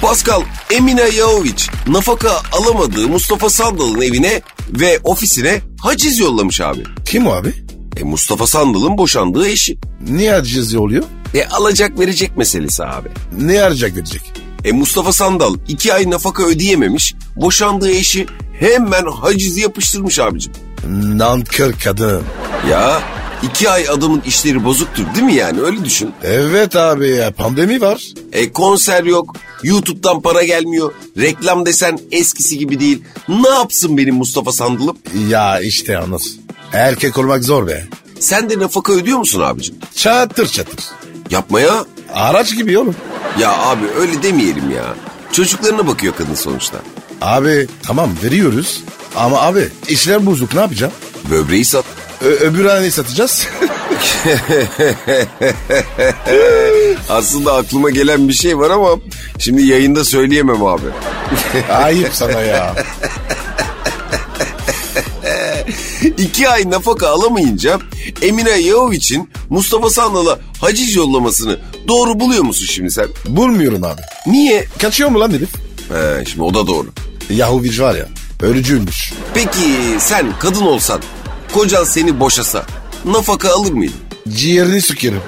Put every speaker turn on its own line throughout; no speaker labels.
Pascal Emine Yaoviç nafaka alamadığı Mustafa Sandal'ın evine ve ofisine haciz yollamış abi.
Kim o abi?
E Mustafa Sandal'ın boşandığı eşi.
Niye aciz oluyor?
E alacak verecek meselesi abi.
Ne harcayacak verecek?
E Mustafa Sandal iki ay nafaka ödeyememiş, boşandığı eşi hemen hacizi yapıştırmış abicim.
Nankör kadın.
Ya iki ay adamın işleri bozuktur değil mi yani öyle düşün.
Evet abi ya pandemi var.
E konser yok, YouTube'dan para gelmiyor, reklam desen eskisi gibi değil. Ne yapsın benim Mustafa Sandal'ım?
Ya işte anlat. Erkek olmak zor be.
Sen de nafaka ödüyor musun abicim?
Çatır çatır.
Yapmaya?
Araç gibi oğlum.
Ya abi öyle demeyelim ya. Çocuklarına bakıyor kadın sonuçta.
Abi tamam veriyoruz. Ama abi işler bozuk ne yapacağım?
Böbreği sat.
Ö- öbür haneyi satacağız.
Aslında aklıma gelen bir şey var ama şimdi yayında söyleyemem abi.
Ayıp sana ya.
İki ay nafaka alamayınca Emine Yavov için Mustafa Sandal'a haciz yollamasını doğru buluyor musun şimdi sen?
Bulmuyorum abi.
Niye?
Kaçıyor mu lan herif?
He, şimdi o da doğru.
Yahuvic var ya. Ölücüymüş.
Peki sen kadın olsan, kocan seni boşasa nafaka alır mıydın?
Ciğerini sükerim.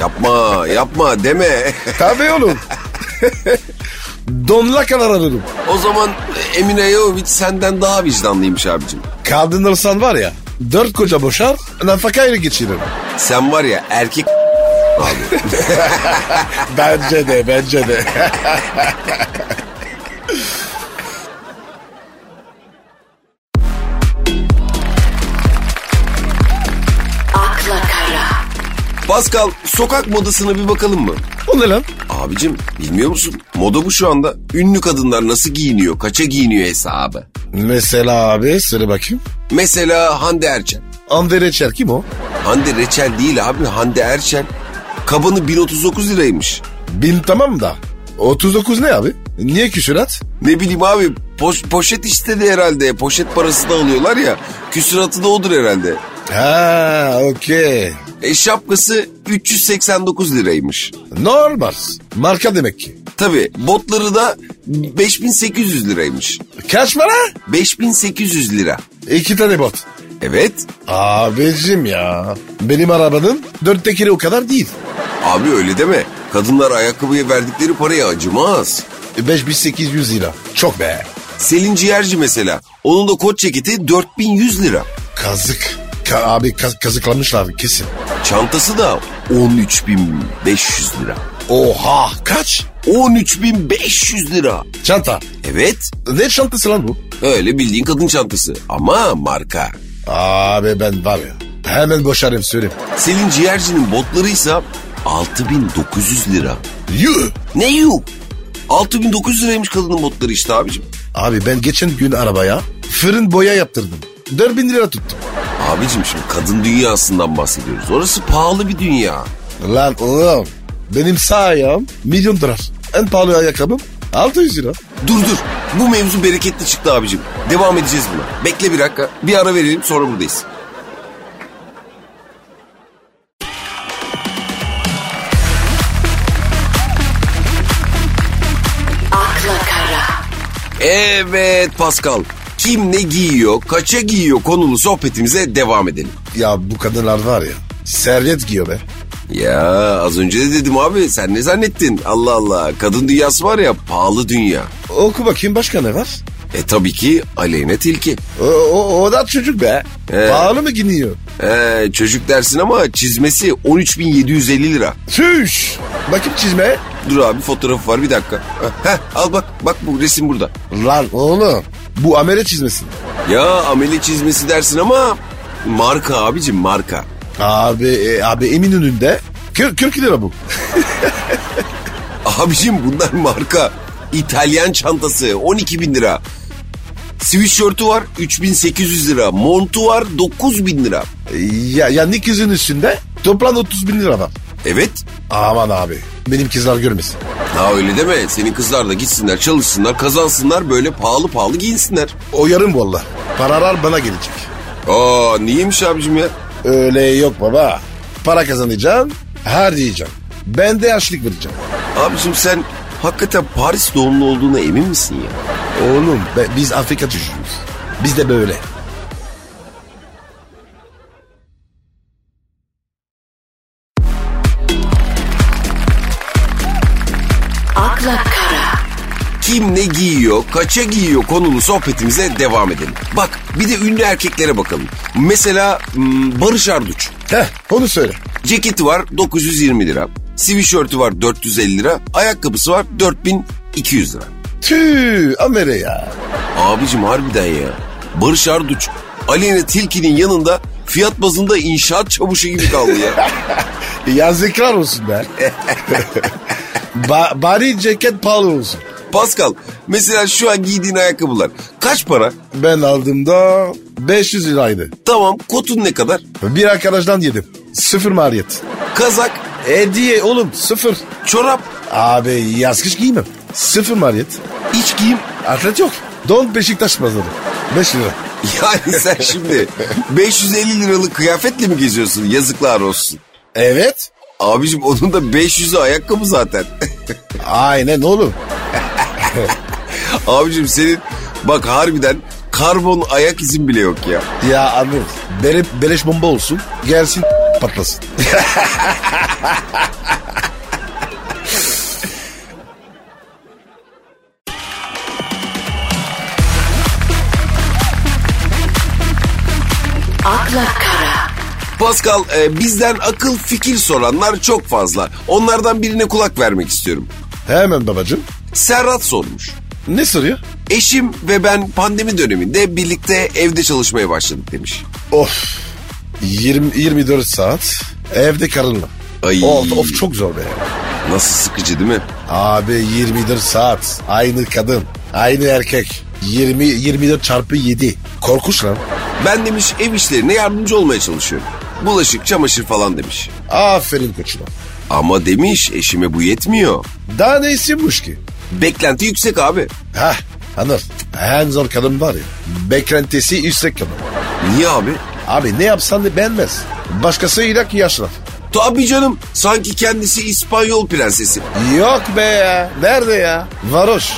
Yapma, yapma deme.
Tabii oğlum. Donla kadar ararım.
o zaman Emine Yahoviç senden daha vicdanlıymış abicim.
Kadın olsan var ya. Dört koca boşar. Nafakayla geçiririm.
Sen var ya erkek abi.
Bence de bence de.
akla kara,
Pascal sokak modasına bir bakalım mı?
o ne lan?
Abicim bilmiyor musun? Moda bu şu anda. Ünlü kadınlar nasıl giyiniyor, kaça giyiniyor hesabı.
Mesela abi söyle bakayım.
Mesela Hande Erçel.
Andere Çer kim o?
Hande Reçel değil abi Hande Erçel. Kabanı 1039 liraymış.
Bin tamam da. 39 ne abi? Niye küsürat?
Ne bileyim abi poş- poşet istedi herhalde. Poşet parası da alıyorlar ya. Küsuratı da odur herhalde.
Ha okey.
E şapkası 389 liraymış.
Normal. Marka demek ki.
Tabi botları da 5800 liraymış.
Kaç para?
5800 lira.
İki tane bot.
Evet.
Abicim ya. Benim arabanın dört tekeri o kadar değil.
Abi öyle deme. Kadınlar ayakkabıya verdikleri paraya acımaz.
5800 lira. Çok be.
Selin Ciğerci mesela. Onun da kot ceketi 4100 lira.
Kazık. Ka- abi ka- kazıklamışlar kesin.
Çantası da 13500 lira.
Oha kaç?
13500 lira.
Çanta.
Evet.
Ne çantası lan bu?
Öyle bildiğin kadın çantası. Ama marka.
Abi ben var ya. Hemen boşarım söyleyeyim.
Selin Ciğerci'nin botlarıysa 6900 lira.
Yuh.
Ne yuh? 6900 liraymış kadının botları işte abicim.
Abi ben geçen gün arabaya fırın boya yaptırdım. 4000 lira tuttu.
Abicim şimdi kadın dünyasından bahsediyoruz. Orası pahalı bir dünya.
Lan oğlum benim sağ ayağım milyon dolar. En pahalı ayakkabım 600 lira.
Dur dur. Bu mevzu bereketli çıktı abicim. Devam edeceğiz buna. Bekle bir dakika. Bir ara verelim sonra buradayız.
akla kara,
Evet Pascal. Kim ne giyiyor, kaça giyiyor konulu sohbetimize devam edelim.
Ya bu kadınlar var ya servet giyiyor be.
Ya az önce de dedim abi sen ne zannettin? Allah Allah kadın dünyası var ya pahalı dünya.
Oku bakayım başka ne var?
E tabii ki aleyne tilki.
O, o, o da çocuk be. Pahalı mı giyiniyor?
Ee, çocuk dersin ama çizmesi 13.750 lira.
Tüş. Bakayım çizme.
Dur abi fotoğrafı var bir dakika. Heh al bak bak bu resim burada.
Lan oğlum bu amele çizmesin.
Ya ameli çizmesi dersin ama marka abicim marka.
Abi e, abi Eminönü'nde 40, 40 lira bu.
Abicim bunlar marka. İtalyan çantası 12 bin lira. Sweatshirt'ü var 3800 lira. Montu var 9000 lira.
E, Ya, yani kızın üstünde toplam 30 bin lira var.
Evet.
Aman abi benim kızlar görmesin.
Ha öyle deme. Senin kızlar da gitsinler çalışsınlar kazansınlar böyle pahalı pahalı giyinsinler.
O yarım valla. Paralar bana gelecek.
Aa niyeymiş abicim ya?
Öyle yok baba. Para kazanacağım, harcayacağım. Ben de açlık vereceğim.
Abicim sen Hakikaten Paris doğumlu olduğuna emin misin ya?
Oğlum be- biz Afrika çocuğuyuz. Biz de böyle.
akla kara,
Kim ne giyiyor, kaça giyiyor konulu sohbetimize devam edelim. Bak bir de ünlü erkeklere bakalım. Mesela hmm, Barış Arduç.
Heh onu söyle.
Ceketi var 920 lira. Sivişörtü var 450 lira. Ayakkabısı var 4200 lira.
Tüh Amere ya.
Abicim harbiden ya. Barış Arduç Aleyna Tilki'nin yanında fiyat bazında inşaat çavuşu gibi kaldı ya.
Yazıklar olsun be. ba- bari ceket pahalı olsun.
Pascal mesela şu an giydiğin ayakkabılar kaç para?
Ben aldığımda 500 liraydı.
Tamam kotun ne kadar?
Bir arkadaştan yedim. Sıfır maliyet.
Kazak,
Hediye oğlum sıfır.
çorap,
Abi yaz kış giymem. Sıfır maliyet.
iç giyim.
Atlet yok. Don Beşiktaş pazarı. 5 lira.
Yani sen şimdi 550 liralık kıyafetle mi geziyorsun? Yazıklar olsun.
Evet.
Abicim onun da 500'ü ayakkabı zaten.
Aynen oğlum.
Abicim senin bak harbiden karbon ayak izin bile yok ya.
Ya abi bere, beleş bomba olsun. Gelsin patlasın.
akla kara,
Pascal e, bizden akıl fikir soranlar çok fazla. Onlardan birine kulak vermek istiyorum.
Hemen babacığım.
Serhat sormuş.
Ne soruyor?
Eşim ve ben pandemi döneminde birlikte evde çalışmaya başladık demiş.
Of. 20, 24 saat evde karınla.
Ay.
Of, of çok zor be.
Nasıl sıkıcı değil mi?
Abi 24 saat aynı kadın aynı erkek 20 24 çarpı 7 korkuş lan.
Ben demiş ev işlerine yardımcı olmaya çalışıyorum. Bulaşık, çamaşır falan demiş.
Aferin koçuma.
Ama demiş eşime bu yetmiyor.
Daha ne istiyormuş ki?
Beklenti yüksek abi.
Hah Anır en zor kadın var ya beklentisi yüksek kadın.
Niye abi?
Abi ne yapsan da beğenmez. Başkasıyla ki yaşlar.
Tabii canım sanki kendisi İspanyol prensesi.
Yok be ya. Nerede ya? Varoş.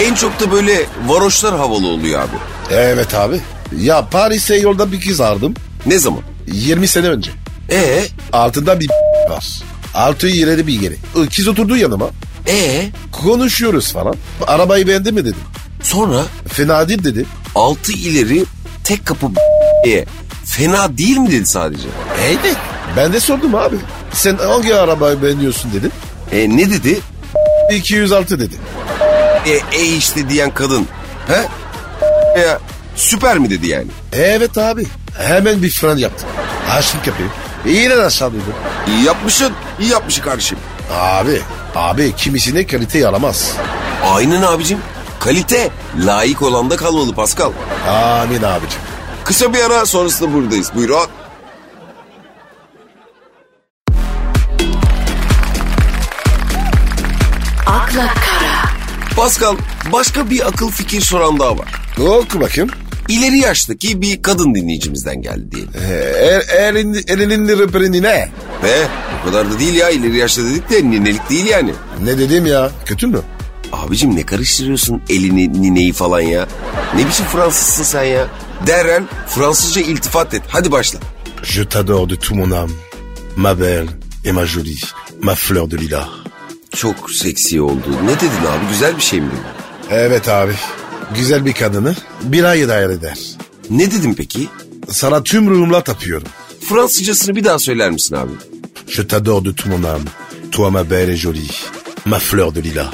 En çok da böyle varoşlar havalı oluyor abi.
Evet abi. Ya Paris'e yolda bir kız aldım.
Ne zaman?
20 sene önce.
Ee,
Altında bir var. Altı ileri bir geri. Kız oturdu yanıma.
ee,
konuşuyoruz falan. Arabayı beğendin mi dedim.
sonra
Fena değil dedi.
altı ileri tek kapı diye. Fena değil mi dedi sadece. E,
Evet. Ben de sordum abi. Sen hangi arabayı beğeniyorsun dedim.
E ne dedi?
206 dedi.
E, e işte diyen kadın. He? E, süper mi dedi yani?
Evet abi. Hemen bir fren yaptım. Açtım kapıyı. İğren aşağı dedim.
İyi yapmışsın, iyi yapmışsın kardeşim.
Abi, abi kimisine kalite yaramaz.
Aynen abicim. Kalite layık olanda kalmalı Pascal.
Amin abicim.
Kısa bir ara sonrasında buradayız. Buyurun.
akla kara,
Pascal başka bir akıl fikir soran daha var.
Oku bakayım.
İleri yaştaki bir kadın dinleyicimizden geldi diyelim.
Ee, Er, erin, erinin röperini ne?
Ve o kadar da değil ya ileri yaşta dedik de ninelik değil yani.
Ne dedim ya? Kötü mü?
Abicim ne karıştırıyorsun elini nineyi falan ya. Ne biçim Fransızsın sen ya. Derhal Fransızca iltifat et. Hadi başla.
Je t'adore de tout mon âme. Ma belle et ma jolie. Ma fleur de lilas.
Çok seksi oldu. Ne dedin abi? Güzel bir şey mi dedin?
Evet abi. Güzel bir kadını bir ay idare eder.
Ne dedin peki?
Sana tüm ruhumla tapıyorum.
Fransızcasını bir daha söyler misin abi?
Je t'adore de tout mon âme. Toi ma belle et jolie. Ma fleur de lilas.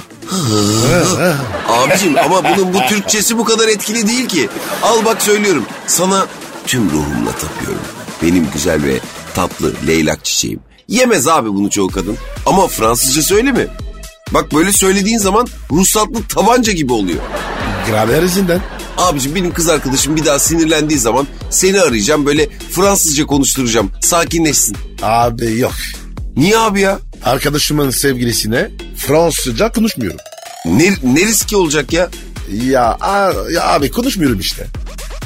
Abicim ama bunun bu Türkçesi bu kadar etkili değil ki. Al bak söylüyorum. Sana tüm ruhumla tapıyorum. Benim güzel ve tatlı leylak çiçeğim. Yemez abi bunu çoğu kadın. Ama Fransızca söyle mi? Bak böyle söylediğin zaman ruhsatlı tabanca gibi oluyor.
Gramer izinden.
Abicim benim kız arkadaşım bir daha sinirlendiği zaman seni arayacağım böyle Fransızca konuşturacağım. Sakinleşsin.
Abi yok.
Niye abi ya?
Arkadaşımın sevgilisine Fransızca konuşmuyorum.
Ne, ne riski olacak ya?
Ya, a- ya abi konuşmuyorum işte.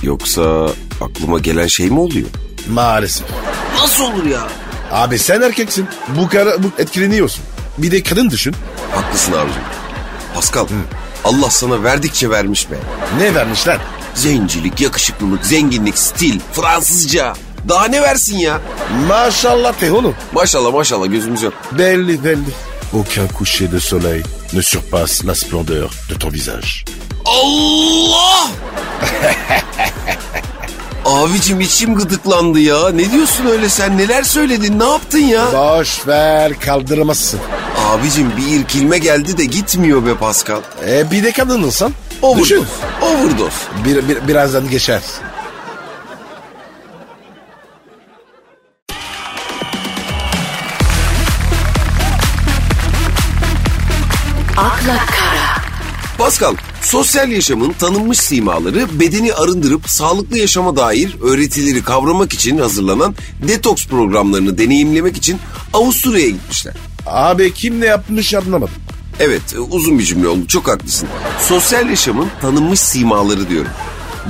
Yoksa aklıma gelen şey mi oluyor?
Maalesef.
Nasıl olur ya?
Abi sen erkeksin. Bu, kara, bu etkileniyorsun. Bir de kadın düşün.
Haklısın abicim. Pascal Allah sana verdikçe vermiş be.
Ne vermişler?
Zencilik, yakışıklılık, zenginlik, stil, Fransızca. Daha ne versin ya?
Maşallah de oğlum.
Maşallah maşallah gözümüz yok.
Belli belli. Aucun coucher de soleil ne surpasse la splendeur de ton visage.
Allah! Abicim içim gıdıklandı ya. Ne diyorsun öyle sen? Neler söyledin? Ne yaptın ya?
Boş ver kaldırmazsın.
Abicim bir irkilme geldi de gitmiyor be Pascal.
E bir de kadın insan.
Overdose.
Düşün.
Overdose.
Bir, bir, birazdan geçer.
akla kara,
Pascal, sosyal yaşamın tanınmış simaları bedeni arındırıp sağlıklı yaşama dair öğretileri kavramak için hazırlanan detoks programlarını deneyimlemek için Avusturya'ya gitmişler.
Abi kim ne yapmış anlamadım.
Evet e, uzun bir cümle oldu çok haklısın. Sosyal yaşamın tanınmış simaları diyorum.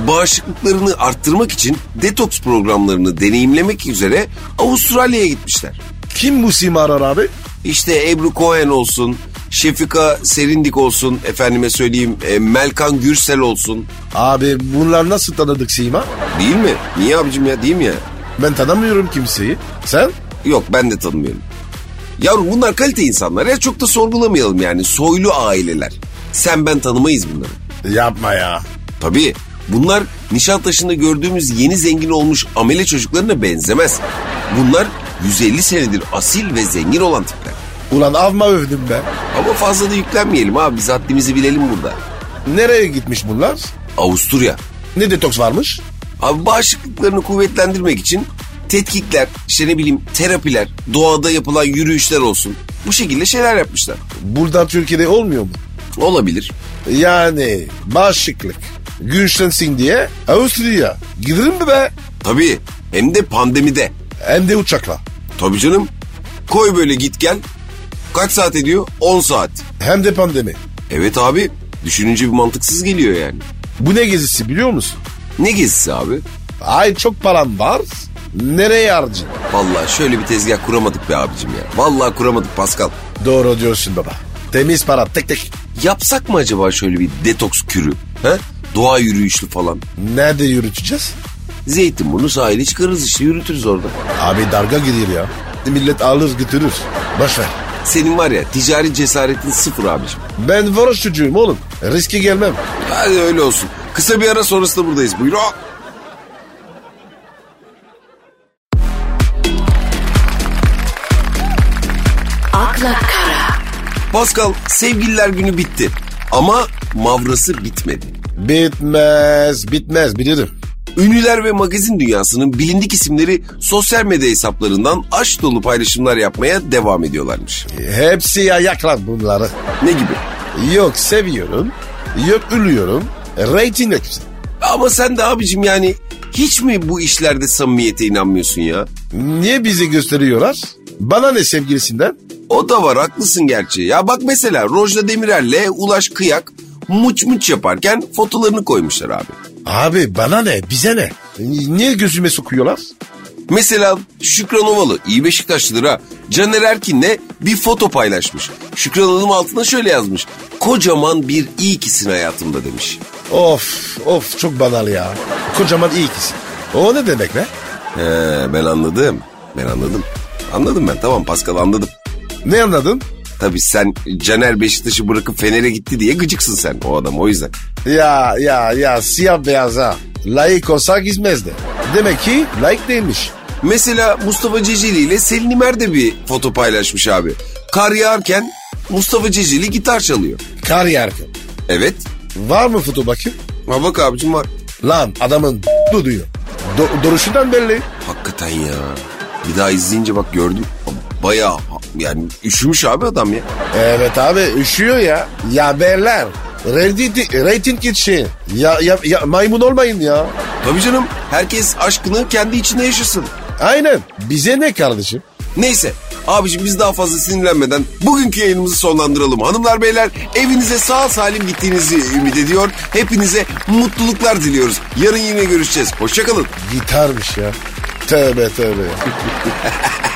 Bağışıklıklarını arttırmak için detoks programlarını deneyimlemek üzere Avustralya'ya gitmişler.
Kim bu simarar abi?
İşte Ebru Cohen olsun, Şefika Serindik olsun, efendime söyleyeyim e, Melkan Gürsel olsun.
Abi bunlar nasıl tanıdık sima?
Değil mi? Niye abicim ya değil mi ya?
Ben tanımıyorum kimseyi. Sen?
Yok ben de tanımıyorum. Yavrum bunlar kalite insanlar ya çok da sorgulamayalım yani soylu aileler. Sen ben tanımayız bunları.
Yapma ya.
Tabii bunlar Nişantaşı'nda gördüğümüz yeni zengin olmuş amele çocuklarına benzemez. Bunlar 150 senedir asil ve zengin olan tipler.
Ulan avma övdüm be.
Ama fazla da yüklenmeyelim abi biz haddimizi bilelim burada.
Nereye gitmiş bunlar?
Avusturya.
Ne detoks varmış?
Abi bağışıklıklarını kuvvetlendirmek için tetkikler, işte ne bileyim terapiler, doğada yapılan yürüyüşler olsun. Bu şekilde şeyler yapmışlar.
Buradan Türkiye'de olmuyor mu?
Olabilir.
Yani bağışıklık. Güçlensin diye Avusturya. Gidilir mi be?
Tabii hem de pandemide.
Hem de uçakla.
Tabii canım. Koy böyle git gel. Kaç saat ediyor? 10 saat.
Hem de pandemi.
Evet abi. Düşününce bir mantıksız geliyor yani.
Bu ne gezisi biliyor musun?
Ne gezisi abi?
Ay çok param var. Nereye harcayayım?
Vallahi şöyle bir tezgah kuramadık be abicim ya. Vallahi kuramadık Pascal.
Doğru diyorsun baba. Temiz para tek tek.
Yapsak mı acaba şöyle bir detoks kürü? He? Doğa yürüyüşlü falan.
Nerede yürüteceğiz?
Zeytinburnu sahile çıkarız işte yürütürüz orada.
Abi darga gidiyor ya. Millet alır götürür. Boş ver.
Senin var ya ticari cesaretin sıfır abicim.
Ben varoş çocuğum oğlum. Riske gelmem.
Hadi öyle olsun. Kısa bir ara sonrasında buradayız. Buyurun.
akla kara,
Pascal sevgililer günü bitti. Ama mavrası bitmedi.
Bitmez bitmez bilirim.
Ünlüler ve magazin dünyasının bilindik isimleri sosyal medya hesaplarından aşk dolu paylaşımlar yapmaya devam ediyorlarmış.
Hepsi ayaklar bunları.
Ne gibi?
Yok seviyorum. Yok ölüyorum. Rating hepsi.
Ama sen de abicim yani hiç mi bu işlerde samimiyete inanmıyorsun ya?
Niye bizi gösteriyorlar? Bana ne sevgilisinden?
O da var haklısın gerçi. Ya bak mesela Rojda Demirel'le Ulaş Kıyak muç muç yaparken fotolarını koymuşlar abi.
Abi bana ne bize ne? Niye gözüme sokuyorlar?
Mesela Şükran Ovalı iyi Beşiktaşlıdır ha. Caner Erkin'le bir foto paylaşmış. Şükran Hanım altına şöyle yazmış. Kocaman bir iyi kisin hayatımda demiş.
Of of çok banal ya. Kocaman iyi ikisi. O ne demek be?
He Ee, ben anladım. Ben anladım. Anladım ben tamam Pascal anladım.
Ne anladın?
Tabii sen Caner Beşiktaş'ı bırakıp Fener'e gitti diye gıcıksın sen o adam o yüzden.
Ya ya ya siyah beyaz ha. Layık olsa gizmezdi. Demek ki layık değilmiş.
Mesela Mustafa Ceceli ile Selin İmer de bir foto paylaşmış abi. Kar yağarken Mustafa Ceceli gitar çalıyor.
Kar yerken.
Evet.
Var mı foto bakayım?
Ha bak abicim var.
Lan adamın duduyor. Do- duruşundan belli.
Hakikaten ya. Bir daha izleyince bak gördüm. Bayağı yani üşümüş abi adam ya.
Evet abi üşüyor ya. Ya beyler. Rating, rating için. Ya, ya, ya maymun olmayın ya.
Tabii canım herkes aşkını kendi içinde yaşasın.
Aynen. Bize ne kardeşim?
Neyse abicim biz daha fazla sinirlenmeden bugünkü yayınımızı sonlandıralım. Hanımlar beyler evinize sağ salim gittiğinizi ümit ediyor. Hepinize mutluluklar diliyoruz. Yarın yine görüşeceğiz. Hoşçakalın.
Gitarmış ya. Tövbe tövbe ya.